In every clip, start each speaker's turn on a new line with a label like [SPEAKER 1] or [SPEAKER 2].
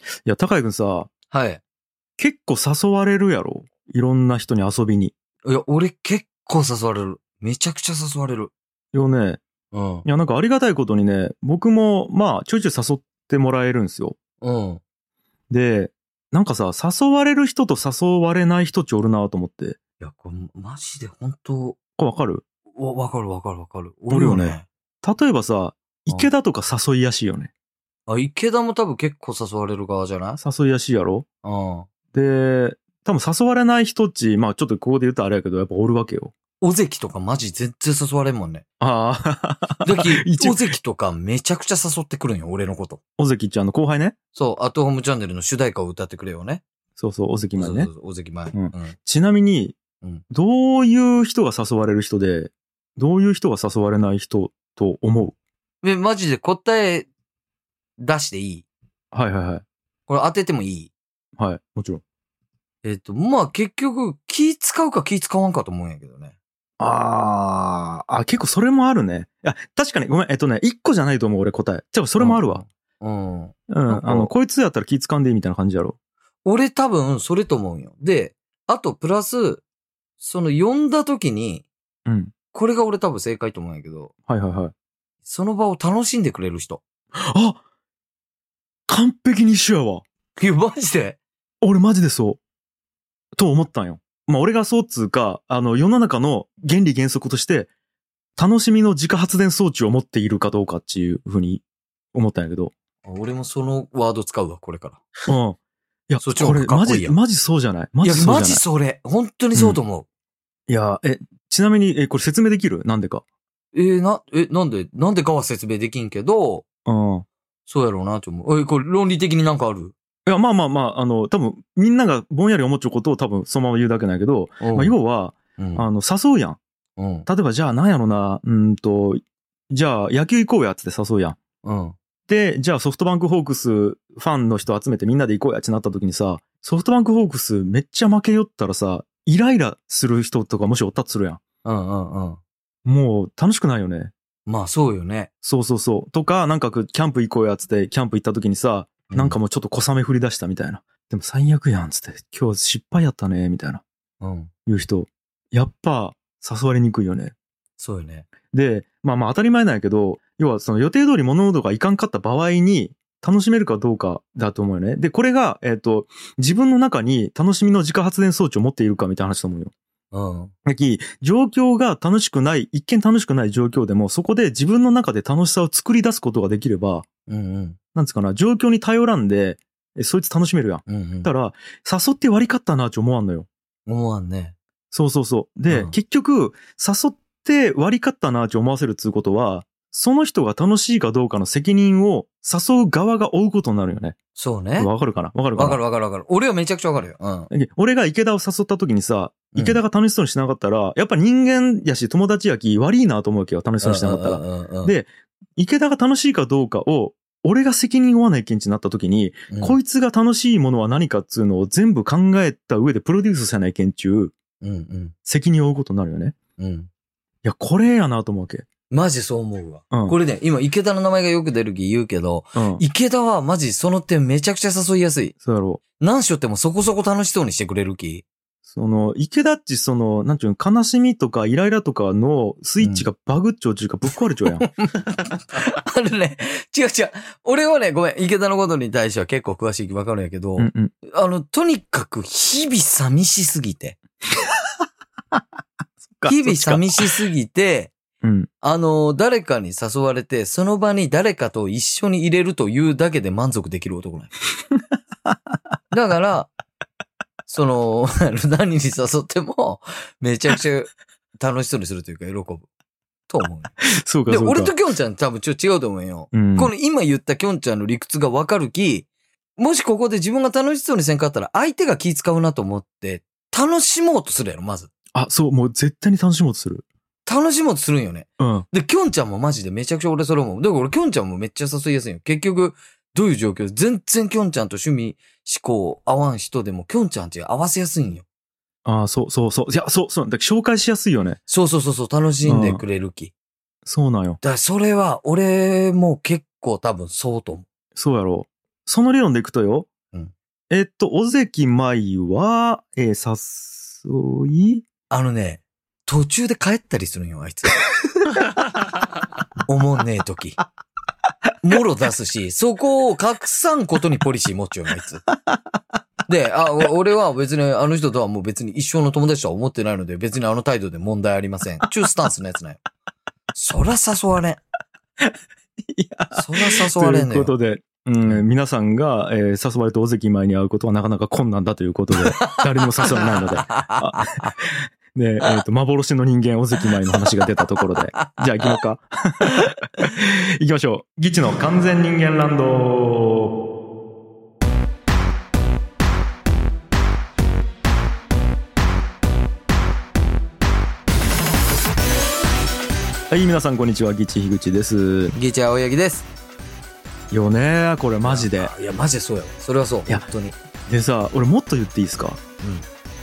[SPEAKER 1] いや、高井くんさ、
[SPEAKER 2] はい。
[SPEAKER 1] 結構誘われるやろいろんな人に遊びに。
[SPEAKER 2] いや、俺結構誘われる。めちゃくちゃ誘われる。
[SPEAKER 1] よね。
[SPEAKER 2] うん
[SPEAKER 1] い。や、なんかありがたいことにね、僕も、まあ、ちょいちょい誘ってもらえるんですよ。
[SPEAKER 2] うん。
[SPEAKER 1] で、なんかさ、誘われる人と誘われない人ちおるなと思って。
[SPEAKER 2] いや、これマジで本当
[SPEAKER 1] これわかる
[SPEAKER 2] わ、わかるわかるわかる。
[SPEAKER 1] おるよね。例えばさ、
[SPEAKER 2] うん
[SPEAKER 1] 池田とか誘いやしいよね。
[SPEAKER 2] あ、池田も多分結構誘われる側じゃない
[SPEAKER 1] 誘いやしいやろ
[SPEAKER 2] うん。
[SPEAKER 1] で、多分誘われない人っち、まあちょっとここで言うとあれやけど、やっぱおるわけよ。
[SPEAKER 2] 尾関とかマジ全然誘われんもん ね。
[SPEAKER 1] ああ、
[SPEAKER 2] だき
[SPEAKER 1] 一、応
[SPEAKER 2] 尾関とかめちゃくちゃ誘ってくるんよ、俺のこと。
[SPEAKER 1] 尾関ちゃんの後輩ね。
[SPEAKER 2] そう、アットホームチャンネルの主題歌を歌ってくれよね。
[SPEAKER 1] そうそう、尾関前ね
[SPEAKER 2] そう。そうそう尾関前。
[SPEAKER 1] う
[SPEAKER 2] うんん。
[SPEAKER 1] ちなみに
[SPEAKER 2] うん、
[SPEAKER 1] どういう人が誘われる人で、どういう人が誘われない人と思
[SPEAKER 2] え、マジで答え出していいう
[SPEAKER 1] はいはいはい。
[SPEAKER 2] これ当ててもいい
[SPEAKER 1] はい、もちろん。
[SPEAKER 2] えっ、と、まあ、結局、気使うか気使わんかと思うんやけどね。
[SPEAKER 1] あーあ、結構それもあるね。いや、確かに、ごめん、えっとね、一個じゃないと思う、俺答え。じゃあ、それもあるわ。
[SPEAKER 2] うん。うん。
[SPEAKER 1] うん、
[SPEAKER 2] なんか
[SPEAKER 1] あの、こいつやったら気掴んでいいみたいな感じやろ。
[SPEAKER 2] 俺多分、それと思うんよ。で、あと、プラス、その、呼んだ時に、
[SPEAKER 1] うん。
[SPEAKER 2] これが俺多分正解と思うんやけど、
[SPEAKER 1] はいはいはい。
[SPEAKER 2] その場を楽しんでくれる人。
[SPEAKER 1] あ完璧に一緒やわ。
[SPEAKER 2] いや、マジで
[SPEAKER 1] 俺マジでそう。と思ったんよ。まあ、俺がそうっつうか、あの、世の中の原理原則として、楽しみの自家発電装置を持っているかどうかっていうふうに思ったんやけ ど。
[SPEAKER 2] 俺もそのワード使うわ、これから。
[SPEAKER 1] うん。いや、
[SPEAKER 2] そっちの方が
[SPEAKER 1] これ
[SPEAKER 2] か
[SPEAKER 1] マ
[SPEAKER 2] っこいい
[SPEAKER 1] ジ、
[SPEAKER 2] やん
[SPEAKER 1] マジそうじゃないマジ
[SPEAKER 2] いや
[SPEAKER 1] そう、じゃな
[SPEAKER 2] マ
[SPEAKER 1] い
[SPEAKER 2] ジそれ。本当にそうと思
[SPEAKER 1] いや、え、ちなみに、え、これ説明できるなんでか。
[SPEAKER 2] う。えーな、え、なんで、なんでかは説明できんけど、
[SPEAKER 1] うん。
[SPEAKER 2] そうやろうなと思う。え、これ論理的になんかある
[SPEAKER 1] いや、まあまあまあ、あの、多分、みんながぼんやり思っちゃうことを多分そのまま言うだけなんやけど、
[SPEAKER 2] ま
[SPEAKER 1] まあ、要は、
[SPEAKER 2] うん。
[SPEAKER 1] あの、誘うやん。
[SPEAKER 2] う
[SPEAKER 1] 例
[SPEAKER 2] ん。
[SPEAKER 1] えば、じゃあ、なんやろな、うーんと、じゃあ、野球行こうやっつって誘うやん。
[SPEAKER 2] うん。
[SPEAKER 1] で、じゃあ、ソフトバンクホークスファンの人集めてみんなで行こうやってなった時にさ、ソフトバンクホークスめっちゃ負けよったらさ、イライラする人とかもしおったとするやん。
[SPEAKER 2] うんうんうん。
[SPEAKER 1] もう、楽しくないよね。
[SPEAKER 2] まあそうよね。
[SPEAKER 1] そうそうそう。とか、なんかこう、キャンプ行こうやっつって、キャンプ行った時にさ、なんかもうちょっと小雨降り出したみたいな。でも最悪やんっつって、今日失敗やったね、みたいな。
[SPEAKER 2] うん。
[SPEAKER 1] いう人。やっぱ、誘われにくいよね。
[SPEAKER 2] そうよね。
[SPEAKER 1] で、まあまあ当たり前なんやけど、要はその予定通り物事がいかんかった場合に、楽しめるかどうかだと思うよね。で、これが、えっ、と、自分の中に楽しみの自家発電装置を持っているかみたいな話だと思うよ。
[SPEAKER 2] うん。
[SPEAKER 1] だき、状況が楽しくない、一見楽しくない状況でも、そこで自分の中で楽しさを作り出すことができれば、
[SPEAKER 2] うんうん。
[SPEAKER 1] なんつうかな、状況に頼らんで、えそいつ楽しめるやん。
[SPEAKER 2] うんうん。
[SPEAKER 1] だから、誘って割り勝ったなって思わんのよ。
[SPEAKER 2] 思わんね。
[SPEAKER 1] そうそうそう。で、
[SPEAKER 2] うん
[SPEAKER 1] 結局、誘って割り勝ったなって思わせるっつうことは、その人が楽しいかどうかの責任を誘う側が負うことになるよね。
[SPEAKER 2] そうね。
[SPEAKER 1] わかるかなわかるか
[SPEAKER 2] わ
[SPEAKER 1] な
[SPEAKER 2] かるわかるわかる。俺はめちゃくちゃわかるよ。うん。
[SPEAKER 1] だけど俺が池田を誘った時にさ、
[SPEAKER 2] うん
[SPEAKER 1] 池田が楽しそうにしなかったら、やっぱ人間やし友達やき悪いなと思うけど、楽しそうにしなかったら。
[SPEAKER 2] うんうんうん、
[SPEAKER 1] で、池田が楽しいかどうかを、俺が責任を負わない見地になった時に、
[SPEAKER 2] うん
[SPEAKER 1] こいつが楽しいものは何かっつうのを全部考えた上でプロデュースせない研中、
[SPEAKER 2] うん
[SPEAKER 1] 責任を負うことになるよね。
[SPEAKER 2] うん。うん。
[SPEAKER 1] いや、これやなと思うわけ。
[SPEAKER 2] マジそう思うわ。
[SPEAKER 1] うん
[SPEAKER 2] これね、今池田の名前がよく出る気言うけど、
[SPEAKER 1] うん。
[SPEAKER 2] 池田はマジその点めちゃくちゃ誘いやすい。
[SPEAKER 1] そうやろう。
[SPEAKER 2] 何しよってもそこそこ楽しそうにしてくれる 気。
[SPEAKER 1] その、池田っち、その、なんちゅうの、悲しみとかイライラとかのスイッチがバグっちゃうちゅうかぶっ壊れ ちゃうやん。
[SPEAKER 2] あれね、違う違う。俺はね、ごめん、池田のことに対しては結構詳しいわかるんやけど、
[SPEAKER 1] うんうん。
[SPEAKER 2] あの、とにかく日々寂しすぎて。日々
[SPEAKER 1] み。
[SPEAKER 2] 寂しすぎて、
[SPEAKER 1] うん。
[SPEAKER 2] あの、誰かに誘われて、その場に誰かと一緒に入れるというだけで満足できる男なんよ だから、その、 何に誘っても、めちゃくちゃ楽しそうにするというか、喜ぶ。と思う
[SPEAKER 1] そうか、
[SPEAKER 2] よ。で、
[SPEAKER 1] そうか。
[SPEAKER 2] 俺ときょんちゃん多分ちょっと違うと思うよ。
[SPEAKER 1] うん、
[SPEAKER 2] この今言ったきょんちゃんの理屈がわかるき、もしここで自分が楽しそうにせんかったら、相手が気使うなと思って、楽しもうとするやろ、まず。
[SPEAKER 1] あ、そう、もう絶対に楽しもうとする。
[SPEAKER 2] 楽しもうとするんよね。
[SPEAKER 1] うん。
[SPEAKER 2] で、きょんちゃんもマジでめちゃくちゃ俺それ思う。だから俺きょんちゃんもめっちゃ誘いやすいよ。結局、どういう状況全然きょんちゃんと趣味、思考合わん人でもきょんちゃんち合わせやすいんよ。
[SPEAKER 1] ああ、そうそうそう。いや、そうそう。だから紹介しやすいよね。
[SPEAKER 2] そうそうそうそう、楽しんでくれる気。
[SPEAKER 1] そうなんよ。
[SPEAKER 2] だからそれは俺も結構多分そうと思う。
[SPEAKER 1] そうやろう。その理論でいくとよ、えっと、尾関舞は、えー誘い
[SPEAKER 2] あのね、途中で帰ったりするんよ、あいつ。おもんねえ時。もろ出すし、そこを隠さんことにポリシー持っちゃうよ、あいつ。で、あ、お俺は別にあの人とはもう別に一生の友達とは思ってないので、別にあの態度で問題ありません。中スタンスのやつなんよ。そら誘われん。
[SPEAKER 1] いや、
[SPEAKER 2] そら誘われ
[SPEAKER 1] と
[SPEAKER 2] んの
[SPEAKER 1] いうこと
[SPEAKER 2] よ。
[SPEAKER 1] で、うん、皆さんが、えー誘われて尾関舞に会うことはなかなか困難だということで、 誰にも誘われ ないので。あで、えっ、と、幻の人間、尾関舞の話が出たところ で。じゃあ行きましょうか。行きましょう。ギチの完全人間ランド。はい、皆さんこんにちは。ギチ樋口です。
[SPEAKER 2] ギーちゃん、青柳です。
[SPEAKER 1] よねこれマジで。
[SPEAKER 2] いや、マジでそうよ。それはそう。
[SPEAKER 1] いや
[SPEAKER 2] 本当に。
[SPEAKER 1] でさ、俺もっと言っていいですか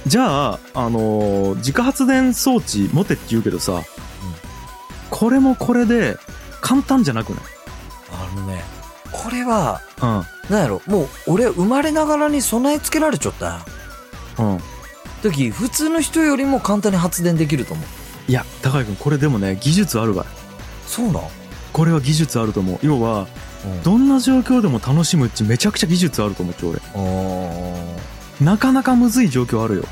[SPEAKER 1] じゃあ、あのー自家発電装置持てって言うけどさ、これもこれで簡単じゃなくない
[SPEAKER 2] あのね、これは、
[SPEAKER 1] う
[SPEAKER 2] なんやろ、もう俺生まれながらに備え付けられちゃったんや
[SPEAKER 1] ん。うん。
[SPEAKER 2] 時、普通の人よりも簡単に発電できると思う。
[SPEAKER 1] いや、高井君、これでもね、技術あるわ。
[SPEAKER 2] そうなん、
[SPEAKER 1] これは技術あると思う。要は、どんな状況でも楽しむっちめちゃくちゃ技術あると思うちょ、俺。
[SPEAKER 2] うん
[SPEAKER 1] なかなかむずい状況あるよ。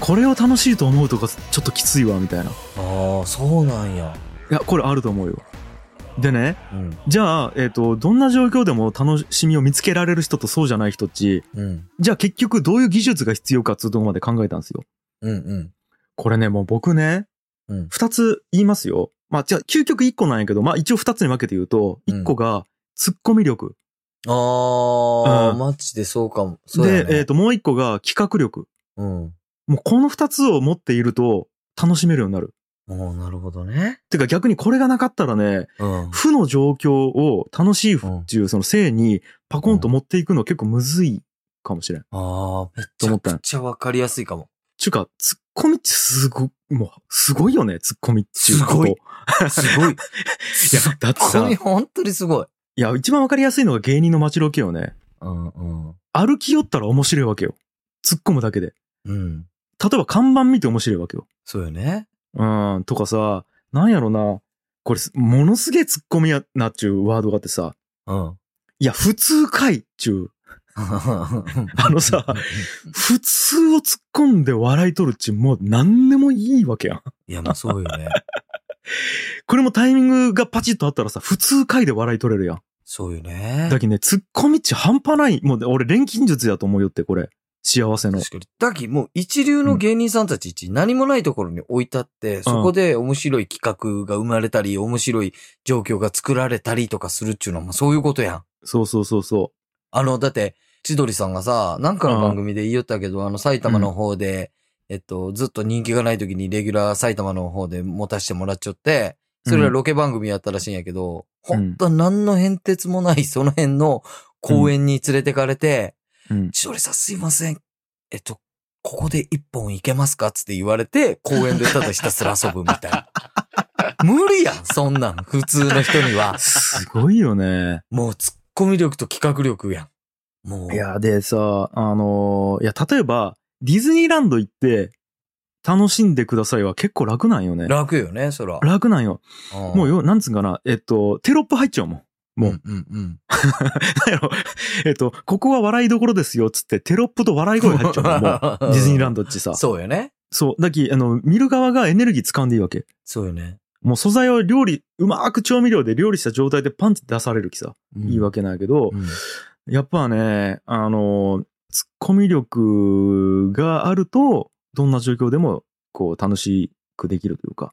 [SPEAKER 1] これを楽しいと思うとか、ちょっときついわ、みたいな。い
[SPEAKER 2] ああ、そうなんや。
[SPEAKER 1] や、これあると思うよ。でね、
[SPEAKER 2] うん。
[SPEAKER 1] じゃあ、えっ、と、どんな状況でも楽しみを見つけられる人とそうじゃない人っち、
[SPEAKER 2] うん。
[SPEAKER 1] じゃあ結局どういう技術が必要かっつうとこまで考えたんですよ。
[SPEAKER 2] うんうん。
[SPEAKER 1] これね、もう僕ね、
[SPEAKER 2] うん
[SPEAKER 1] 二つ言いますよ。まあ、じゃあ、究極一個なんやけど、まあ一応二つに分けて言うと、
[SPEAKER 2] うん
[SPEAKER 1] 一個が、突っ込み力。
[SPEAKER 2] ああ、
[SPEAKER 1] うん
[SPEAKER 2] マジでそうかも。そうやね、
[SPEAKER 1] で、えっ、と、もう一個が企画力。
[SPEAKER 2] うん。
[SPEAKER 1] もうこの二つを持っていると、楽しめるようになる。
[SPEAKER 2] おーなるほどね。
[SPEAKER 1] てか逆にこれがなかったらね、
[SPEAKER 2] うん。
[SPEAKER 1] 負の状況を楽しいっていう、その性にパコンと持っていくの結構むずいかもしれん。
[SPEAKER 2] ああ、めっ
[SPEAKER 1] と
[SPEAKER 2] ち
[SPEAKER 1] 思
[SPEAKER 2] ゃ
[SPEAKER 1] った
[SPEAKER 2] くちゃわかりやすいかも。
[SPEAKER 1] ちゅうか、ツッコミってすご、もう、すごいよね、ツッコミっていうこと。
[SPEAKER 2] すご い
[SPEAKER 1] い
[SPEAKER 2] すごい。い
[SPEAKER 1] や、だってさ、い
[SPEAKER 2] 本当にすごい。
[SPEAKER 1] や、一番わかりやすいのが芸人の街ロケよね。
[SPEAKER 2] うんうん。
[SPEAKER 1] 歩き寄ったら面白いわけよ。突っ込むだけで。
[SPEAKER 2] うん。
[SPEAKER 1] 例えば看板見て面白いわけよ。
[SPEAKER 2] そうよね。
[SPEAKER 1] うん、とかさ、なんやろな、これ、ものすげえツッコミやなっちゅうワードがあってさ、
[SPEAKER 2] うん。
[SPEAKER 1] いや、普通かいっちゅう。
[SPEAKER 2] あ
[SPEAKER 1] のさ普通を突っ込んで笑い取るっちゅう、もう何でもいいわけやん。
[SPEAKER 2] いや、まあそうよね。
[SPEAKER 1] これもタイミングがパチッとあったらさ、普通かいで笑い取れるやん。
[SPEAKER 2] そうよね。
[SPEAKER 1] だけどね、突っ込み値半端ない。もうね、俺、錬金術だと思うよって、これ。幸せの。
[SPEAKER 2] 確かに。だき、もう一流の芸人さんたち一、何もないところに置いたって、そこで面白い企画が生まれたり、面白い状況が作られたりとかするっちゅうのは、もうそういうことやん。
[SPEAKER 1] そうそうそうそ
[SPEAKER 2] あの、だって、千鳥さんがさ、なんかの番組で言いよったけど、あの、埼玉の方で、えっと、ずっと人気がない時にレギュラー埼玉の方で持たせてもらっちゃって、それはロケ番組やったらしいんやけど、
[SPEAKER 1] うん
[SPEAKER 2] ほんと何の変哲もない、その辺の公園に連れてかれて、
[SPEAKER 1] う。うん。
[SPEAKER 2] 千鳥さんすいません。えっと、ここで一本いけますかつって言われて、公園でただひたすら遊ぶみたい な。無理やん、そんなん。普通の人には。
[SPEAKER 1] すごいよ ね。
[SPEAKER 2] もう突っ込み力と企画力やん。もう。
[SPEAKER 1] いや、でさ、あのーいや、例えば、ディズニーランド行って、楽しんでくださいは結構楽なんよね。
[SPEAKER 2] 楽よね、そら。
[SPEAKER 1] 楽なんよ。もう
[SPEAKER 2] よ、
[SPEAKER 1] よ、なんつうんかな。えっと、テロップ入っちゃうもん。
[SPEAKER 2] う
[SPEAKER 1] もう、
[SPEAKER 2] んうんうん。
[SPEAKER 1] なんやろ。 えっと、ここは笑いどころですよ、つって、テロップと笑い声入っちゃう もん。もうディズニーランドっちさ。
[SPEAKER 2] そうよね。
[SPEAKER 1] そう。だき、あの、見る側がエネルギー掴んでいいわけ。
[SPEAKER 2] そうよね。
[SPEAKER 1] もう素材を料理、うまーく調味料で料理した状態でパンって出される気さ、
[SPEAKER 2] うん
[SPEAKER 1] いいわけなんやけど、
[SPEAKER 2] うん
[SPEAKER 1] やっぱね、あの、ツッコミ力があると、どんな状況でも、こう、楽しくできるというか。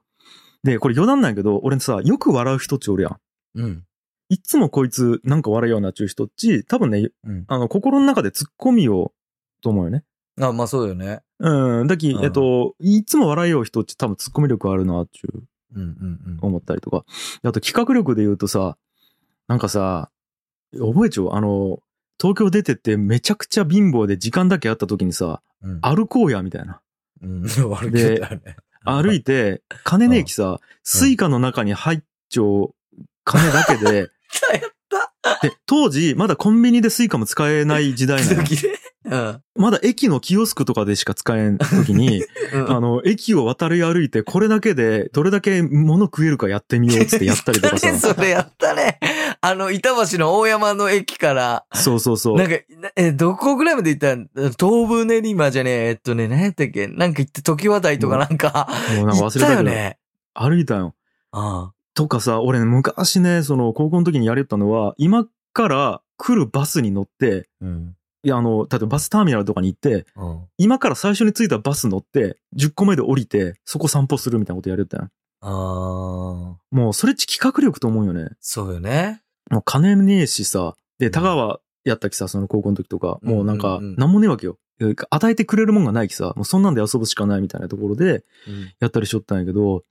[SPEAKER 1] で、これ余談なんやけど、俺さ、よく笑う人っちおるやん。
[SPEAKER 2] うん。
[SPEAKER 1] いっつもこいつ、なんか笑いようなっちゅう人っち、多分ね、
[SPEAKER 2] うん。
[SPEAKER 1] あの、心の中でツッコミを、と思うよね。
[SPEAKER 2] あ、まあそうよね。
[SPEAKER 1] うん。だき
[SPEAKER 2] う、ん
[SPEAKER 1] えっと、いっつも笑いよう人っち多分ツッコミ力あるな、っちゅう。
[SPEAKER 2] うんうんうん。
[SPEAKER 1] 思ったりとか。であと企画力で言うとさ、なんかさ、覚えちゃうあの、東京出てってめちゃくちゃ貧乏で時間だけあった時にさ、
[SPEAKER 2] うん。
[SPEAKER 1] 歩こうや、みたいな。
[SPEAKER 2] うん。 悪気だよね。
[SPEAKER 1] 歩いて、金ねえきさ、スイカの中に入っちゃう金だけ で、
[SPEAKER 2] たやっ
[SPEAKER 1] で、当時まだコンビニでスイカも使えない時代なの
[SPEAKER 2] た。時ねうん。
[SPEAKER 1] まだ駅のキオスクとかでしか使えん時 に、
[SPEAKER 2] うん
[SPEAKER 1] あの、駅を渡り歩いて、これだけで、どれだけ物食えるかやってみようっつってやったりとか
[SPEAKER 2] やっ
[SPEAKER 1] さ。
[SPEAKER 2] た ねそれやったね。あの、板橋の大山の駅から、
[SPEAKER 1] そうそうそう
[SPEAKER 2] な。んか、なえ、どこぐらいまで行ったん東武練馬じゃねえ、えっとね、何やったっけなんか行って、時話題とかなんか、
[SPEAKER 1] もうなんか
[SPEAKER 2] 行っ
[SPEAKER 1] 忘れた
[SPEAKER 2] た
[SPEAKER 1] け
[SPEAKER 2] よ
[SPEAKER 1] ど、
[SPEAKER 2] ね。
[SPEAKER 1] 歩いたよ。
[SPEAKER 2] あ
[SPEAKER 1] とかさ、俺ね、昔ね、その、高校の時にやれたのは、今から来るバスに乗って、
[SPEAKER 2] あ。うん。
[SPEAKER 1] いや、あの、例えばバスターミナルとかに行って、
[SPEAKER 2] うん。
[SPEAKER 1] 今から最初に着いたバス乗って、10個目で降りて、そこ散歩するみたいなことやれたよ。
[SPEAKER 2] ああ。
[SPEAKER 1] もう、それっち企画力と思うよね。
[SPEAKER 2] そうよね。
[SPEAKER 1] もう金ねえしさ、で、田川やったきさ、その高校の時とか、
[SPEAKER 2] うんうんうん
[SPEAKER 1] もうなんか、なんもねえわけよ。え与えてくれるもんがないきさ、もうそんなんで遊ぶしかないみたいなところで
[SPEAKER 2] うん。
[SPEAKER 1] やったりしよったんやけど、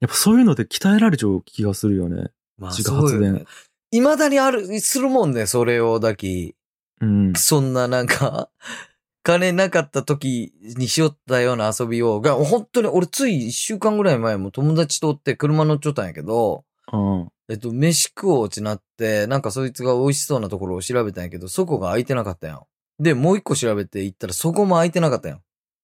[SPEAKER 1] やっぱそういうので鍛えられちゃう気がするよね。
[SPEAKER 2] まあ、
[SPEAKER 1] 自家
[SPEAKER 2] そうよ
[SPEAKER 1] 発
[SPEAKER 2] ね。いまだにある、するもんね、それをだき。
[SPEAKER 1] うん。
[SPEAKER 2] そんななんか、金なかった時にしよったような遊びを、が、本当に俺つい一週間ぐらい前も友達とおって車乗っちゃったんやけど、
[SPEAKER 1] うん。
[SPEAKER 2] えっと、飯食おうってなって、なんかそいつが美味しそうなところを調べたんやけど、そこが空いてなかったんよ。で、もう一個調べて行ったらそこも空いてなかったんよ。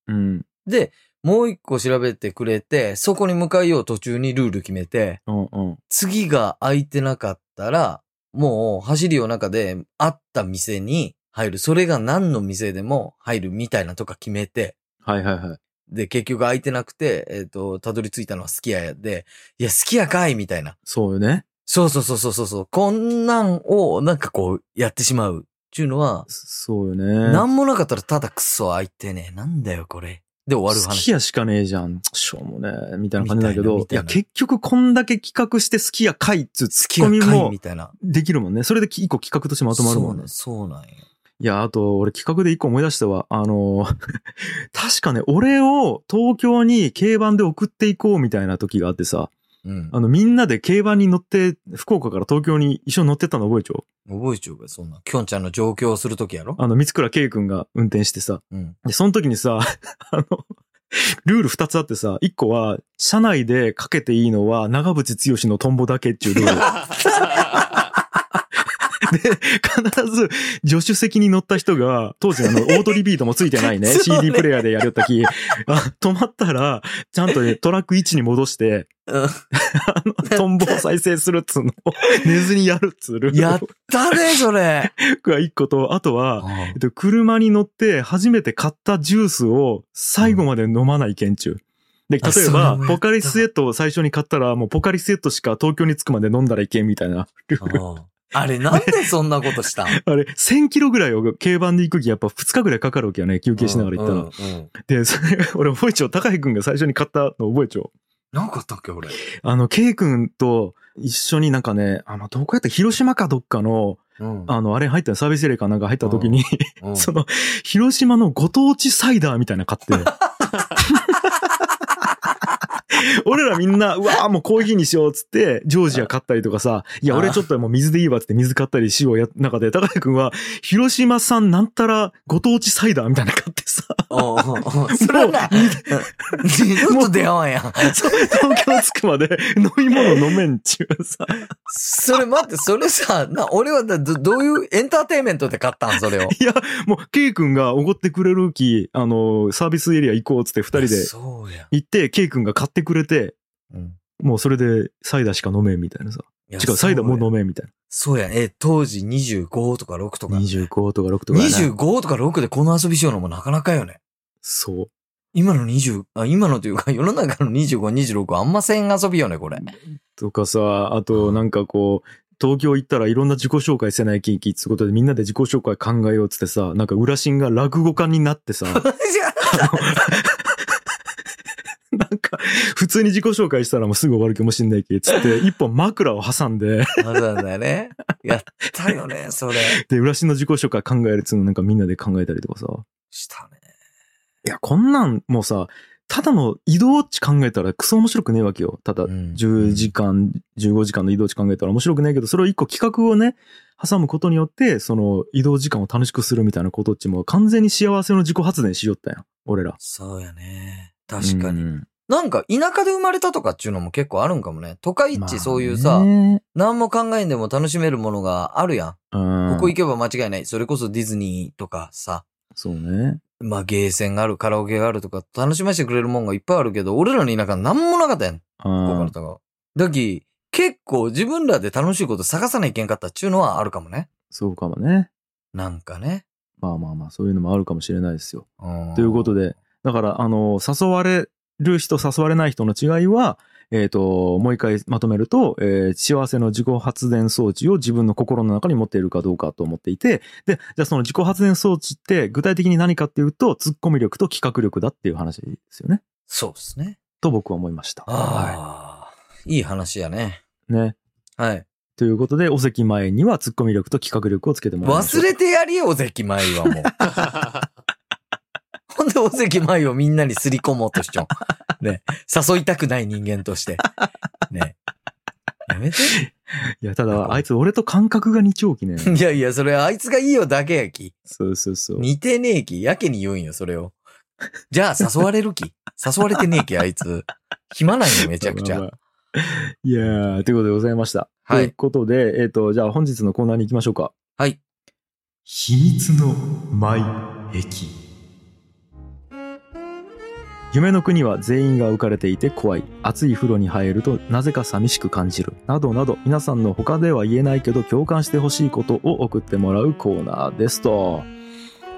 [SPEAKER 1] うん。
[SPEAKER 2] で、もう一個調べてくれて、そこに向かいよう途中にルール決めて、
[SPEAKER 1] うん。うん。
[SPEAKER 2] 次が空いてなかったら、もう走りの中であった店に入る。それが何の店でも入るみたいなとか決めて、
[SPEAKER 1] はいはいはい。
[SPEAKER 2] で、結局空いてなくて、えっ、と、たどり着いたのはすき家で、いや、すき家かいみたいな。
[SPEAKER 1] そうよね。
[SPEAKER 2] そうそうそうそうそうそう。こんなんを、なんかこう、やってしまう。っていうのは、
[SPEAKER 1] そうよね。
[SPEAKER 2] なんもなかったらただクソ空いてね。なんだよ、これ。で、終わる
[SPEAKER 1] 好
[SPEAKER 2] 話。
[SPEAKER 1] きやしかねえじゃん。しょうもねえ。みたいな感じだけど。
[SPEAKER 2] み
[SPEAKER 1] い
[SPEAKER 2] たいなみたいな
[SPEAKER 1] や、結局こんだけ企画して好きやかいっつうツ
[SPEAKER 2] す
[SPEAKER 1] ッ
[SPEAKER 2] き
[SPEAKER 1] コ
[SPEAKER 2] 家
[SPEAKER 1] ミ
[SPEAKER 2] かい
[SPEAKER 1] も
[SPEAKER 2] みたいな。
[SPEAKER 1] できるもんね。それで一個企画としてまとまるもんね。
[SPEAKER 2] そうなんそうなんよ。
[SPEAKER 1] いや、あと、俺企画で一個思い出したわ。あの、 確かね、俺を東京に軽バンで送っていこうみたいな時があってさ、
[SPEAKER 2] うん。
[SPEAKER 1] あの、みんなで軽バンに乗って、福岡から東京に一緒に乗ってったの覚えちゃう
[SPEAKER 2] 覚えちゃうか、そんな。きょんちゃんの上京するときやろ
[SPEAKER 1] あの、三倉圭君が運転してさ、
[SPEAKER 2] うん。
[SPEAKER 1] で、その時にさ、 あの、ルール二つあってさ、一個は、車内でかけていいのは長渕剛のトンボだけっていうルール。 必ず助手席に乗った人が、当 時あの、オートリピートもついてないね、
[SPEAKER 2] そうね
[SPEAKER 1] CD プレイヤーでやりよったき、あ止まったら、ちゃんとね、トラック1に戻して、
[SPEAKER 2] うん
[SPEAKER 1] あの、トンボを再生するっつうのを、寝ずにやるっつうル
[SPEAKER 2] や
[SPEAKER 1] ー
[SPEAKER 2] っ
[SPEAKER 1] ル
[SPEAKER 2] たね、それ。
[SPEAKER 1] が一個と、あとは、えっと、車に乗って初めて買ったジュースを最後まで飲まない研究。で、
[SPEAKER 2] あ
[SPEAKER 1] 例え
[SPEAKER 2] それ
[SPEAKER 1] ば
[SPEAKER 2] もやっ、た
[SPEAKER 1] ポカリスエットを最初に買ったら、もうポカリスエットしか東京に着くまで飲んだらいけんみたいなルール。
[SPEAKER 2] うんあれ、なんでそんなことしたん
[SPEAKER 1] あれ、1000キロぐらいを軽バンで行くき、やっぱ2日ぐらいかかるわけよね、休憩しながら行ったら。
[SPEAKER 2] うんうんうん
[SPEAKER 1] で、それ、 俺覚えちゃう。高井くんが最初に買ったの覚えちゃう。
[SPEAKER 2] なんかあったっけ、俺。
[SPEAKER 1] あの、ケイくんと一緒になんかね、あの、どこやった広島かどっかの、
[SPEAKER 2] うん
[SPEAKER 1] あの、あれ入ったサービスエリアかなんか入った時に、
[SPEAKER 2] うん
[SPEAKER 1] その、広島のご当地サイダーみたいなの買 って。俺らみんな、うわーもうコーヒーにしようっつって、ジョージア買ったりとかさ、いや、俺ちょっともう水でいいわっつって水買ったりしようや、中で、高谷くんは、広島産なんたらご当地サイダーみたいなの買って さ、
[SPEAKER 2] うんうんうんそれはな、二度と出会わんやん。
[SPEAKER 1] そう東京着くまで飲み物飲めんちゅうさ。
[SPEAKER 2] それ待って、それさ、な、俺はだどどういうエンターテインメントで買ったん、それを。
[SPEAKER 1] いや、もう、ケイ君がおごってくれるき、あの、サービスエリア行こうっつって二人で
[SPEAKER 2] そうや
[SPEAKER 1] 行って、ケイ君が買ってくれて、
[SPEAKER 2] ん。うん
[SPEAKER 1] もうそれでサイダーしか飲めんみたいなさ。
[SPEAKER 2] いや
[SPEAKER 1] 違う、サイダーもう
[SPEAKER 2] そうや
[SPEAKER 1] 飲めんみたい
[SPEAKER 2] そうやん。え、当時25とか6とか
[SPEAKER 1] な。。25とか6とか、ね。
[SPEAKER 2] 25とか6でこの遊びしようのもなかなかよね。
[SPEAKER 1] そう。
[SPEAKER 2] 今の20、あ、今のというか、 世の中の25、26はあんません遊びよね、これ。
[SPEAKER 1] とかさ、あと、なんかこう、東京行ったらいろんな自己紹介せないききつうことでみんなで自己紹介考えようっつってさ、なんか浦新が落語家になって さ、なんか、普通に自己紹介したらもうすぐ終わるかもしんないけ、つって、一本枕を挟んで、
[SPEAKER 2] わざわ ざね。やったよね、それ。
[SPEAKER 1] で、浦新の自己紹介考えるっつうのなんかみんなで考えたりとかさ。
[SPEAKER 2] したね。
[SPEAKER 1] いや、こんなん、もうさ、ただの移動値考えたらクソ面白くねえわけよ。ただ、
[SPEAKER 2] うん
[SPEAKER 1] 10時間、15時間の移動値考えたら面白くないけど、それを一個企画をね、挟むことによって、その移動時間を楽しくするみたいなことっちもう完全に幸せの自己発電しよったやん。俺ら。
[SPEAKER 2] そうやね。確かに。
[SPEAKER 1] に。
[SPEAKER 2] なんか、田舎で生まれたとかっていうのも結構あるんかもね。都会っちそういう
[SPEAKER 1] まあ
[SPEAKER 2] さ、
[SPEAKER 1] ね
[SPEAKER 2] 何も考えんでも楽しめるものがあるやん。
[SPEAKER 1] うん、
[SPEAKER 2] ここ行けば間違いない。それこそディズニーとかさ、
[SPEAKER 1] そうね。
[SPEAKER 2] まあ、ゲーセンがある、カラオケがあるとか、楽しませてくれるもんがいっぱいあるけど、俺らの田舎なんもなかったやん。ボカ
[SPEAKER 1] あ
[SPEAKER 2] ルタが。だき、結構自分らで楽しいこと探さないけんかったっちゅうのはあるかもね。
[SPEAKER 1] そうかもね。
[SPEAKER 2] なんかね。
[SPEAKER 1] まあまあまあ、そういうのもあるかもしれないですよ。
[SPEAKER 2] うん
[SPEAKER 1] ということで、だから、あの、誘われる人、誘われない人の違いは、えっ、と、もう一回まとめると、えー幸せの自己発電装置を自分の心の中に持っているかどうかと思っていて、で、じゃあその自己発電装置って具体的に何かっていうと、ツッコミ力と企画力だっていう話ですよね。
[SPEAKER 2] そうですね。
[SPEAKER 1] と僕は思いました。は
[SPEAKER 2] ああ、いい話やね。
[SPEAKER 1] い。ね。
[SPEAKER 2] はい。
[SPEAKER 1] ということで、お席前にはツッコミ力と企画力をつけてもらいましょ
[SPEAKER 2] 忘
[SPEAKER 1] う。
[SPEAKER 2] れてやりよ、お関舞は もう。ほんで、お関舞をみんなにすり込もうとしちょん。ね。誘いたくない人間として。ね。やめて。
[SPEAKER 1] いや、ただ、あいつ俺と感覚が二丁 期ね。
[SPEAKER 2] いやいや、それあいつがいいよだけやき。
[SPEAKER 1] そうそうそう。
[SPEAKER 2] 似てねえき。やけに言うんよ、それを。じゃあ、誘われるき。誘われてねえき、あいつ。暇ない よ、めちゃくち
[SPEAKER 1] まあ
[SPEAKER 2] ゃ。
[SPEAKER 1] まあいやー、ということでございました。
[SPEAKER 2] はい
[SPEAKER 1] ということで、えっ、と、じゃあ本日のコーナーに行きましょうか。
[SPEAKER 2] はい。
[SPEAKER 1] 秘密の舞壁。夢の国は全員が浮かれていて怖い。熱い風呂に入るとなぜか寂しく感じる。などなど、皆さんの他では言えないけど共感してほしいことを送ってもらうコーナーですと。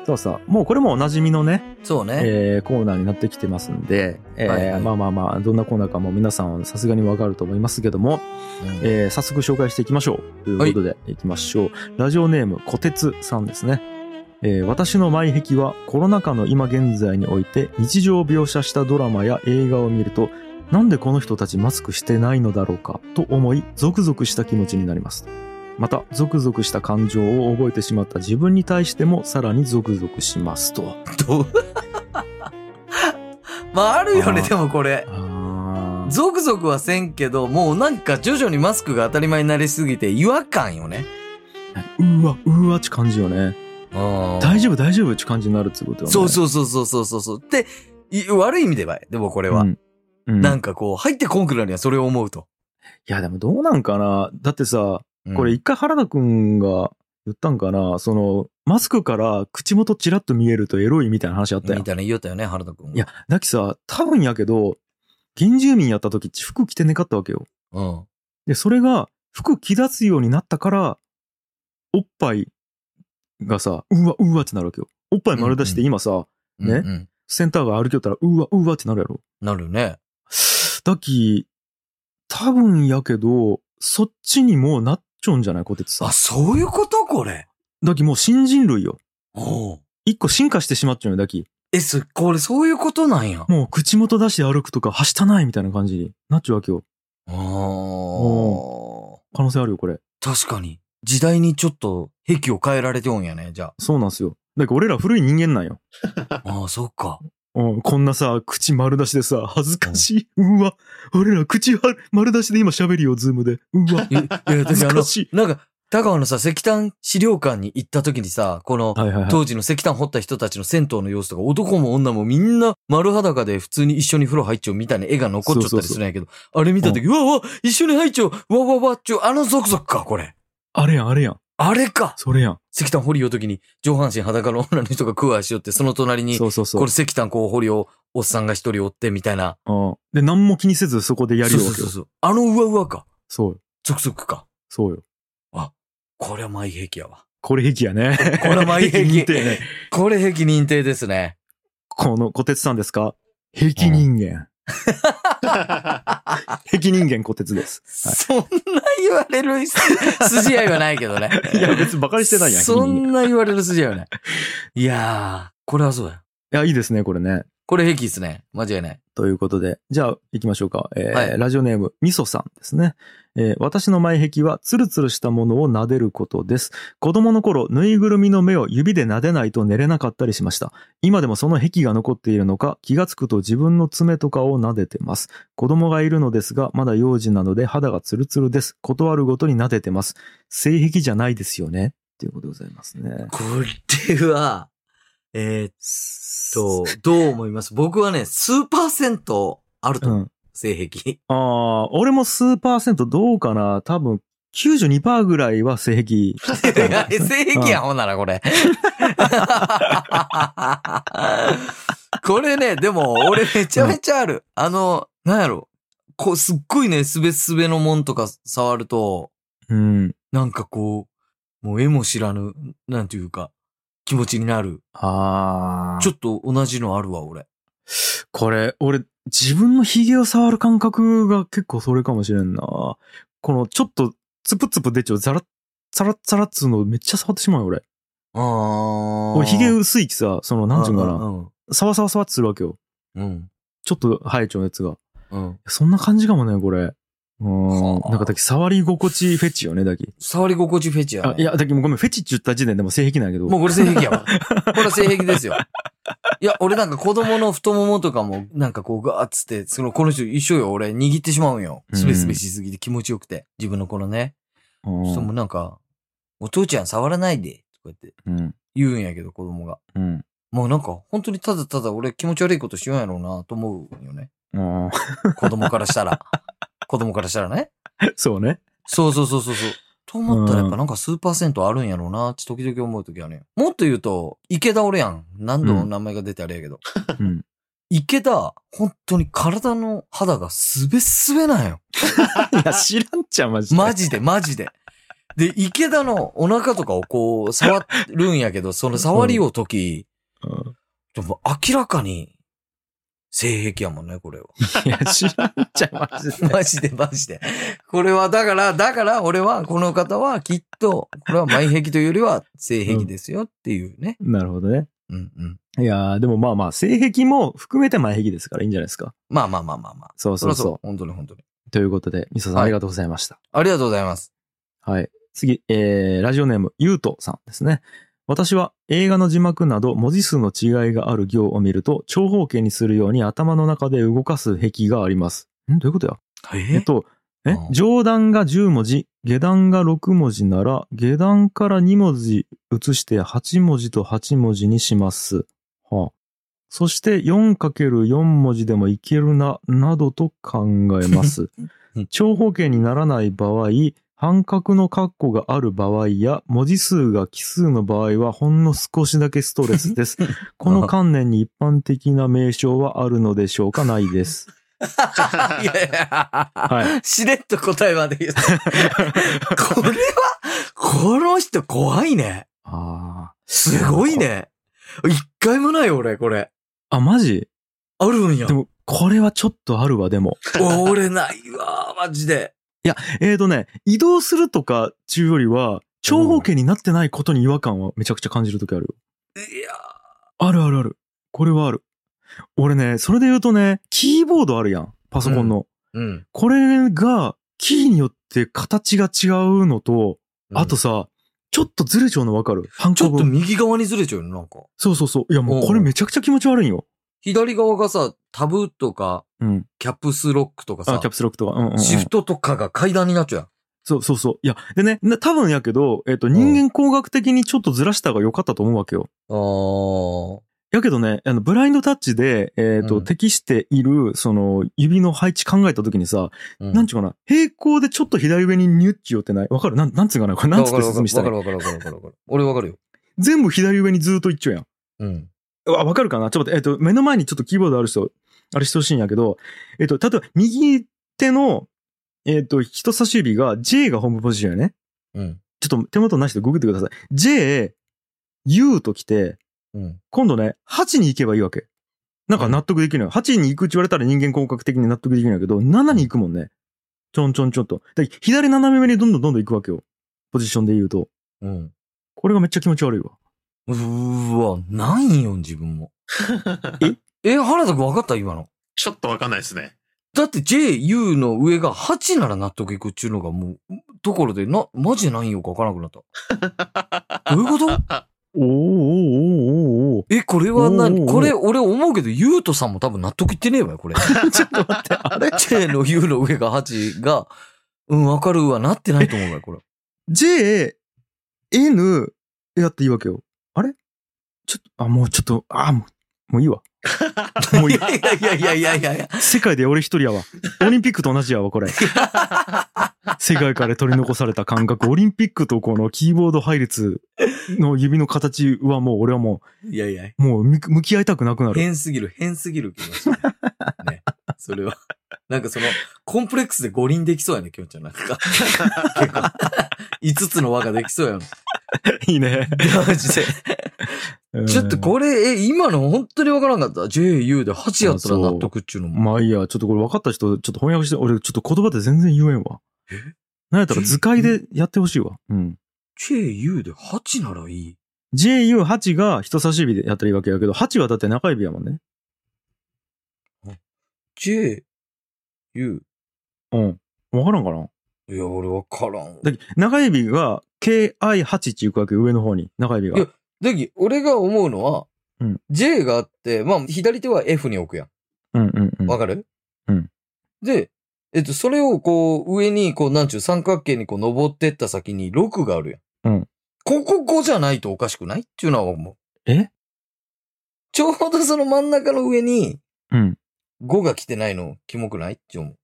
[SPEAKER 1] さあさあ、もうこれもおなじみのね、
[SPEAKER 2] そうね。
[SPEAKER 1] えーコーナーになってきてますんで、えー
[SPEAKER 2] はいはい
[SPEAKER 1] まあまあまあどんなコーナーかも皆さんはさすがにわかると思いますけども、
[SPEAKER 2] うん
[SPEAKER 1] えー早速紹介していきましょうということで、い、きましょうラジオネームこてつさんですね、えー私の前壁はコロナ禍の今現在において日常を描写したドラマや映画を見るとなんでこの人たちマスクしてないのだろうかと思いゾクゾクした気持ちになりますまたゾクゾクした感情を覚えてしまった自分に対してもさらにゾクゾクしますと
[SPEAKER 2] どう まあ、あるよね、
[SPEAKER 1] あー
[SPEAKER 2] でもこれ。
[SPEAKER 1] あ
[SPEAKER 2] ゾクゾクはせんけど、もうなんか徐々にマスクが当たり前になりすぎて違和感よね。
[SPEAKER 1] うわうわって感じよね
[SPEAKER 2] 大
[SPEAKER 1] 大丈夫大丈夫って感じになるってことよね
[SPEAKER 2] そう
[SPEAKER 1] う
[SPEAKER 2] そうそうそうそうそうそう。で、い悪い意味でばい。でもこれは。
[SPEAKER 1] んうん
[SPEAKER 2] なんかこう、入ってこんくらいにはそれを思うと。
[SPEAKER 1] いやでもどうなんかなだってさ
[SPEAKER 2] うん
[SPEAKER 1] これ一回原田くんが言ったんかなそのマスクから口元チラッと見えるとエロいみたいな話あったやん
[SPEAKER 2] みたいな言いよったよね、原田くん。
[SPEAKER 1] いや、だきさ多分やけど原住民やった時って服着てねかったわけよ
[SPEAKER 2] うん。
[SPEAKER 1] でそれが服着だすようになったからおっぱいがさうわうわってなるわけよおっぱい丸出して今さ、ね
[SPEAKER 2] うんうん
[SPEAKER 1] センターが歩きよったら、うわ、うわってなるやろ。
[SPEAKER 2] なるね。
[SPEAKER 1] だき、多分やけど、そっちにもうなっちょんじゃないこてつさん
[SPEAKER 2] あ、。そういうことこれ。
[SPEAKER 1] だきもう新人類よ。
[SPEAKER 2] おう
[SPEAKER 1] 一個進化してしまっちゃうよ、だき。
[SPEAKER 2] え、そ、これそういうことなんや。
[SPEAKER 1] もう口元出して歩くとか、はしたないみたいな感じになっちゃうわけよ。
[SPEAKER 2] あー
[SPEAKER 1] 可能性あるよ、これ。
[SPEAKER 2] 確かに。時代にちょっと、癖を変えられておんやね、じゃ
[SPEAKER 1] そうなんすよ。だき俺ら古い人間なんよ。
[SPEAKER 2] あ。ああ、そっか。
[SPEAKER 1] うん、こんなさ、口丸出しでさ、恥ずかしい。うわ、俺ら口は丸出しで今喋るよ、ズームで。うわ
[SPEAKER 2] え、いや、だって
[SPEAKER 1] 恥ず
[SPEAKER 2] あの
[SPEAKER 1] かしい、
[SPEAKER 2] なんか、高尾のさ、石炭資料館に行った時にさ、この、
[SPEAKER 1] はいはいはい。
[SPEAKER 2] 当時の石炭掘った人たちの銭湯の様子とか、男も女もみんな丸裸で普通に一緒に風呂入っちゃうみたいな絵が残っちゃったりするんやけど、あれ見た時、うわうわ、一緒に入っちゃう、うわうわうわっちゅう、あのゾクゾクか、これ。
[SPEAKER 1] あれやん、あれやん。
[SPEAKER 2] あれか。
[SPEAKER 1] それやん。
[SPEAKER 2] 石炭掘りよ時に、上半身裸の女の人が食わしよって、その隣に、
[SPEAKER 1] そうそうそう。
[SPEAKER 2] これ石炭こう掘りを、おっさんが一人おってみたいな。
[SPEAKER 1] うん。で、何も気にせずそこでやる
[SPEAKER 2] そう
[SPEAKER 1] わけ
[SPEAKER 2] そ
[SPEAKER 1] よ。
[SPEAKER 2] うそうそう。あのうわうわか。
[SPEAKER 1] そうよ。
[SPEAKER 2] ゾクゾクか。
[SPEAKER 1] そうよ。
[SPEAKER 2] これはマイ壁やわ。
[SPEAKER 1] これ癖やね。
[SPEAKER 2] これはマイ
[SPEAKER 1] 癖
[SPEAKER 2] 壁
[SPEAKER 1] 認定ね。
[SPEAKER 2] これ壁認定ですね。
[SPEAKER 1] この、小鉄さんですか壁人間。壁人間小鉄です。
[SPEAKER 2] そんな言われる筋合いはないけどね。
[SPEAKER 1] いや、別にバカにしてないやん、
[SPEAKER 2] そ
[SPEAKER 1] 壁人間。い
[SPEAKER 2] んな言われる筋合いはない。いやー、これはそうや。
[SPEAKER 1] や、いいですね、これね。
[SPEAKER 2] これ平気ですね。間違いない。
[SPEAKER 1] ということで、じゃあ行きましょうか。えー
[SPEAKER 2] はい
[SPEAKER 1] ラジオネーム、みそさんですね。えー私の前壁は、ツルツルしたものを撫でることです。子供の頃、ぬいぐるみの目を指で撫でないと寝れなかったりしました。今でもその壁が残っているのか、気がつくと自分の爪とかを撫でてます。子供がいるのですが、まだ幼児なので肌がツルツルです。断るごとに撫でてます。性癖じゃないですよね。っていうことでございますね。
[SPEAKER 2] これは、えー、っと、どう思います僕はね、数パーセントあると
[SPEAKER 1] う
[SPEAKER 2] 思う、
[SPEAKER 1] ん。
[SPEAKER 2] 性癖。
[SPEAKER 1] ああ、俺も数パーセントどうかな多分92%ぐらいは性癖。
[SPEAKER 2] 性癖やほんなら、これ。 これね、でも俺めちゃめちゃある。あの、なんやろ。こう、すっごいね、すべすべのもんとか触ると、
[SPEAKER 1] うん。
[SPEAKER 2] なんかこう、もう絵も知らぬ、なんていうか、気持ちになる。
[SPEAKER 1] あ
[SPEAKER 2] ち
[SPEAKER 1] ちょ
[SPEAKER 2] ょっと同じのあるわ、俺。
[SPEAKER 1] これ、俺、自分のヒゲを触る感覚が結構それかもしれんな。この、ちょっと、つぷつぷ出ちゃう、ザラッ、ザラッザラッつうのめっちゃ触ってしまうよ、俺。
[SPEAKER 2] ああ。
[SPEAKER 1] 俺、ヒゲ薄いきさ、その、なんちゅうんかな、
[SPEAKER 2] うん
[SPEAKER 1] サワサワサワってするわけよ。
[SPEAKER 2] うん。
[SPEAKER 1] ちょっと生えちゃうやつが。
[SPEAKER 2] うん。
[SPEAKER 1] そんな感じかもね、これ。う
[SPEAKER 2] は
[SPEAKER 1] ー
[SPEAKER 2] あ
[SPEAKER 1] ん。なんか、だき、触り心地フェチよね、だき。
[SPEAKER 2] 触り心地フェチや、
[SPEAKER 1] あ
[SPEAKER 2] ね。、
[SPEAKER 1] いや、だき、もうごめん、フェチって言った時点でもう性癖なんやけど。
[SPEAKER 2] もうこれ性癖や わ。これ性癖ですよ。いや、俺なんか子供の太ももとかも、なんかこうガーッつって、その、この人一緒よ、俺握ってしまうんよ。
[SPEAKER 1] うん
[SPEAKER 2] スベスベしすぎて気持ちよくて。自分のこのね。
[SPEAKER 1] うん、
[SPEAKER 2] 人もうなんか、お父ちゃん触らないで、とか言って
[SPEAKER 1] うん。
[SPEAKER 2] 言うんやけど、子供が。
[SPEAKER 1] うん。
[SPEAKER 2] もうなんか、本当にただただ俺気持ち悪いことしようんやろうな、と思うんよね。
[SPEAKER 1] あー
[SPEAKER 2] 子供からしたら。子供からしたらね。
[SPEAKER 1] そうね。
[SPEAKER 2] そうそうそうそうそう。 と思ったらやっぱなんか数パーセントあるんやろうなって時々思う時はね。もっと言うと、池田おるやん。何度も名前が出てあれやけど。
[SPEAKER 1] うん。
[SPEAKER 2] 池田、本当に体の肌がすべすべ なんよ。
[SPEAKER 1] いや、知らんっちゃ、マジで。
[SPEAKER 2] マジで、マジで。で、池田のお腹とかをこう触るんやけど、その触りを時、
[SPEAKER 1] うん
[SPEAKER 2] でも明らかに性癖やもんね、これは。
[SPEAKER 1] いや、知らんっちゃ、マジで。
[SPEAKER 2] マジでマジで。これはだから、だから俺は、この方はきっと、これは前壁というよりは性癖ですよっていうね。
[SPEAKER 1] なるほどね。
[SPEAKER 2] うんうん。
[SPEAKER 1] いやーでもまあまあ、性癖も含めて前癖ですからいいんじゃないですか。
[SPEAKER 2] まあまあまあまあまあ。
[SPEAKER 1] そう
[SPEAKER 2] そ
[SPEAKER 1] そ
[SPEAKER 2] ろ
[SPEAKER 1] うそ。
[SPEAKER 2] そうろ、本当に本当に。
[SPEAKER 1] ということで、みそさん
[SPEAKER 2] はい
[SPEAKER 1] ありがとうございました。
[SPEAKER 2] ありがとうございます。
[SPEAKER 1] はい。次、えー、ラジオネーム、ゆうとさんですね。私は映画の字幕など文字数の違いがある行を見ると長方形にするように頭の中で動かす癖があります。んどういうことや
[SPEAKER 2] え
[SPEAKER 1] えっと、え
[SPEAKER 2] うん
[SPEAKER 1] 上段が10文字、下段が6文字なら、下段から2文字移して8文字と8文字にします。はあ、そして 4×4 文字でもいけるな、などと考え ます
[SPEAKER 2] うん。
[SPEAKER 1] 長方形にならない場合、半角の括弧がある場合や、文字数が奇数の場合はほんの少しだけストレス です。この観念に一般的な名称はあるのでしょうかないです。
[SPEAKER 2] いやいや、
[SPEAKER 1] は
[SPEAKER 2] しれっと答えまで言った。これは、この人怖いね。
[SPEAKER 1] ああ。
[SPEAKER 2] すごいね。一回もないよ俺、これ。
[SPEAKER 1] あ、マジ
[SPEAKER 2] あるんや
[SPEAKER 1] で。も、これはちょっとあるわ、でも。
[SPEAKER 2] お俺ないわ、マジで。
[SPEAKER 1] えーとね、移動するとかっていうよりは、長方形になってないことに違和感はめちゃくちゃ感じるときあるよ。
[SPEAKER 2] いや
[SPEAKER 1] あるあるある。これはある。俺ね、それで言うとね、キーボードあるやん。パソコンの。
[SPEAKER 2] うん。
[SPEAKER 1] これが、キーによって形が違うのと、あと、さ、ちょっとずれちゃうのわかる半
[SPEAKER 2] ちょ
[SPEAKER 1] 角
[SPEAKER 2] っと右側にずれちゃうよね、なんか。
[SPEAKER 1] そうそうそう。いやも
[SPEAKER 2] おう
[SPEAKER 1] うこれめちゃくちゃ気持ち悪いんよ。
[SPEAKER 2] 左側がさ、タブとか、
[SPEAKER 1] うん。
[SPEAKER 2] キャップスロックとか
[SPEAKER 1] あ、
[SPEAKER 2] さ
[SPEAKER 1] キャ、プスロックとか。うんうん、うん。
[SPEAKER 2] シフトとかが階段になっちゃうやん。
[SPEAKER 1] そうそうそう。いや、でね、な多分やけど、えっ、と、人間工学的にちょっとずらした方が良かったと思うわけよ。
[SPEAKER 2] あー。
[SPEAKER 1] やけどね、あの、ブラインドタッチで、えっ、と、
[SPEAKER 2] うん
[SPEAKER 1] 適している、その、指の配置考えた時にさ、
[SPEAKER 2] う
[SPEAKER 1] なんちゅうかな、平行でちょっと左上にニュッチ寄ってないわかるなん、なんつうかなこれなんつって
[SPEAKER 2] わか
[SPEAKER 1] 進みした
[SPEAKER 2] る
[SPEAKER 1] ら
[SPEAKER 2] わかるわかるわかるわかるわかる。俺わかるよ。
[SPEAKER 1] 全部左上にずーっといっちゃうやん。
[SPEAKER 2] うん。
[SPEAKER 1] うわ、わかるかなちょっと待って、えっ、と、目の前にちょっとキーボードある人、あれしてほしいんやけど、えっ、と、例えば、右手の、えっ、と、人差し指が、J がホームポジションやね。
[SPEAKER 2] うん。
[SPEAKER 1] ちょっと手元なしでググってください。J、U と来て、
[SPEAKER 2] うん。
[SPEAKER 1] 今度ね、8に行けばいいわけ。なんか納得できるのよ。8に行くって言われたら人間広角的に納得できるんだけど、7に行くもんね。ちょんちょんちょんと。で左斜め目にどんどんどんどん行くわけよ。ポジションで言うと。
[SPEAKER 2] うん。
[SPEAKER 1] これがめっちゃ気持ち悪いわ。
[SPEAKER 2] うーわ、ないよ、自分 も。え、原田くん分かった今の。
[SPEAKER 3] ちょっとわかんないですね。
[SPEAKER 2] だって JU の上が8なら納得いくっちゅうのがもう、ところで、な、マジでないよか分からなくなった。どういうこと
[SPEAKER 1] おーおーおーおーおー
[SPEAKER 2] え、これ
[SPEAKER 1] お
[SPEAKER 2] は
[SPEAKER 1] うお
[SPEAKER 2] 何
[SPEAKER 1] う
[SPEAKER 2] これ、俺思うけど、ゆうとさんも多分納得いってねえわ よ、これ。
[SPEAKER 1] ちょっと待って、あれ
[SPEAKER 2] J の U の上が8が、うん、わかるわ、なってないと思うわよ、これ。
[SPEAKER 1] ?J、N、やっていいわけよ。あれちょっと、あ、もうちょっと、あ、もう、もうい いわ。もう いい。
[SPEAKER 2] いやいやいやいやいやいや。
[SPEAKER 1] 世界で俺一人やわ。オリンピックと同じやわ、これ。世界から取り残された感覚、オリンピックとこのキーボード配列の指の形はもう俺はも
[SPEAKER 2] いやいや、
[SPEAKER 1] う、もう向向き合いたくなくなる。
[SPEAKER 2] 変すぎる、変すぎる気がしないね。それは。なんかその、コンプレックスで五輪できそうやね、きょんちゃん。なんか。 結構、5つの輪ができそうやん。
[SPEAKER 1] いいね。
[SPEAKER 2] マジで。 ちょっとこれ、え、今の本当にわからんかった。JU で8やったら納得っちゅうの
[SPEAKER 1] うん
[SPEAKER 2] も。
[SPEAKER 1] まあいいや、ちょっとこれ分かった人、ちょっと翻訳して、俺ちょっと言葉で全然言えんわ。なんやったら図解でやってほしいわ。うん。
[SPEAKER 2] JU で8ならいい。
[SPEAKER 1] JU8 が人差し指でやったらいいわけやけど、8はだって中指やもんね。
[SPEAKER 2] JU。い
[SPEAKER 1] うん。分からんかな
[SPEAKER 2] や、俺わからん。
[SPEAKER 1] だけど中指が KI8 っていうわけ、上の方に、中指が
[SPEAKER 2] いや。だけど俺が思うのは、
[SPEAKER 1] うん
[SPEAKER 2] J があって、まあ、左手は F に置くや。
[SPEAKER 1] うんうんうんん。
[SPEAKER 2] わかる
[SPEAKER 1] うん。
[SPEAKER 2] で、えっと、それをこう、上に、こう、なんちゅう、三角形にこう、登ってった先に6があるやん。
[SPEAKER 1] うん。
[SPEAKER 2] ここ5じゃないとおかしくないっていうのは思う。
[SPEAKER 1] え
[SPEAKER 2] ちょうどその真ん中の上に
[SPEAKER 1] うん。
[SPEAKER 2] 5が来てないの、キモくないって思う。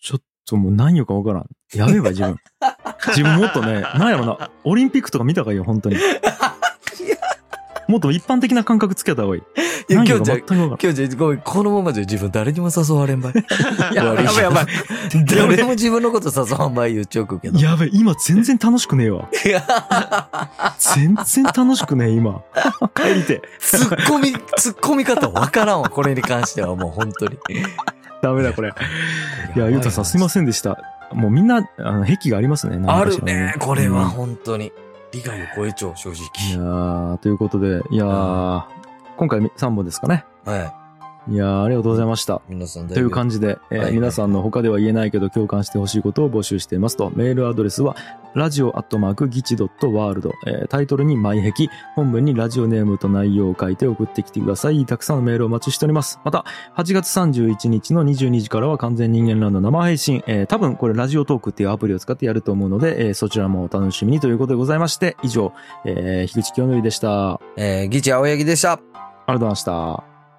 [SPEAKER 1] ちょっともう何よか分からん。やべえわ、自 分。自分もっとね、なんやろな、オリンピックとか見た方がいいよ、本当に。もっと一般的な感覚つけた方がいい。
[SPEAKER 2] いや、
[SPEAKER 1] 何
[SPEAKER 2] きょ
[SPEAKER 1] よ
[SPEAKER 2] ん
[SPEAKER 1] か
[SPEAKER 2] ちゃん
[SPEAKER 1] 全、く分からん。
[SPEAKER 2] きょんちゃん、ごめん、このままじゃ自分誰にも誘われんばい。
[SPEAKER 1] やばいやばいやばい。
[SPEAKER 2] 誰も自分のこと誘わんばい言っちゃうけど。
[SPEAKER 1] やべえ、今全然楽しくねえわ。
[SPEAKER 2] いや
[SPEAKER 1] 全然楽しくねえ、今。 帰りて。
[SPEAKER 2] ツッコミ、ツッコミ方わからんわ、これに関してはもう本当に。
[SPEAKER 1] ダメだ、これ。いや、ゆうたさんすいま
[SPEAKER 2] せ
[SPEAKER 1] せんでした。もうみんな、あの、癖がありますね。
[SPEAKER 2] あ
[SPEAKER 1] 何かし
[SPEAKER 2] る
[SPEAKER 1] ら
[SPEAKER 2] ね、これは。本当に。理解を超えちゃう、正
[SPEAKER 1] うんいや
[SPEAKER 2] 直。
[SPEAKER 1] ーということで、いやー今回3本ですかね。
[SPEAKER 2] はい
[SPEAKER 1] やーありがとうございました。
[SPEAKER 2] い。皆さんだ
[SPEAKER 1] と
[SPEAKER 2] い
[SPEAKER 1] い
[SPEAKER 2] ぶ
[SPEAKER 1] う感じで、えー
[SPEAKER 2] はい
[SPEAKER 1] 皆さんの他では言えないけど共感してほしいことを募集していますと、メールアドレスは、ラジオアットマークギチドットワールド、えータイトルに前壁、本文にラジオネームと内容を書いて送ってきてください。たくさんのメールをお待ちしております。また、8月31日の22時からは完全人間ランド生配信、えー多分これラジオトークっていうアプリを使ってやると思うので、えーそちらもお楽しみにということでございまして、以上、えー、樋口清則でした。
[SPEAKER 2] えー、ギチ青柳でした。
[SPEAKER 1] ありがとうございました。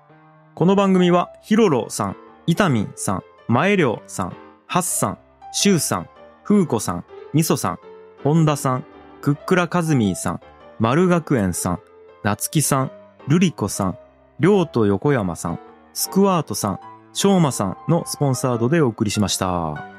[SPEAKER 1] この番組は、ヒロロさん、イタミンさん、マエリョウさん、ハッさん、シュウさん、フーコさん、ミソさん、ホンダさん、クックラカズミーさん、丸学園さん、ナツキさん、ルリコさん、リョウと横山さん、スクワートさん、ショウマさんのスポンサードでお送りしました。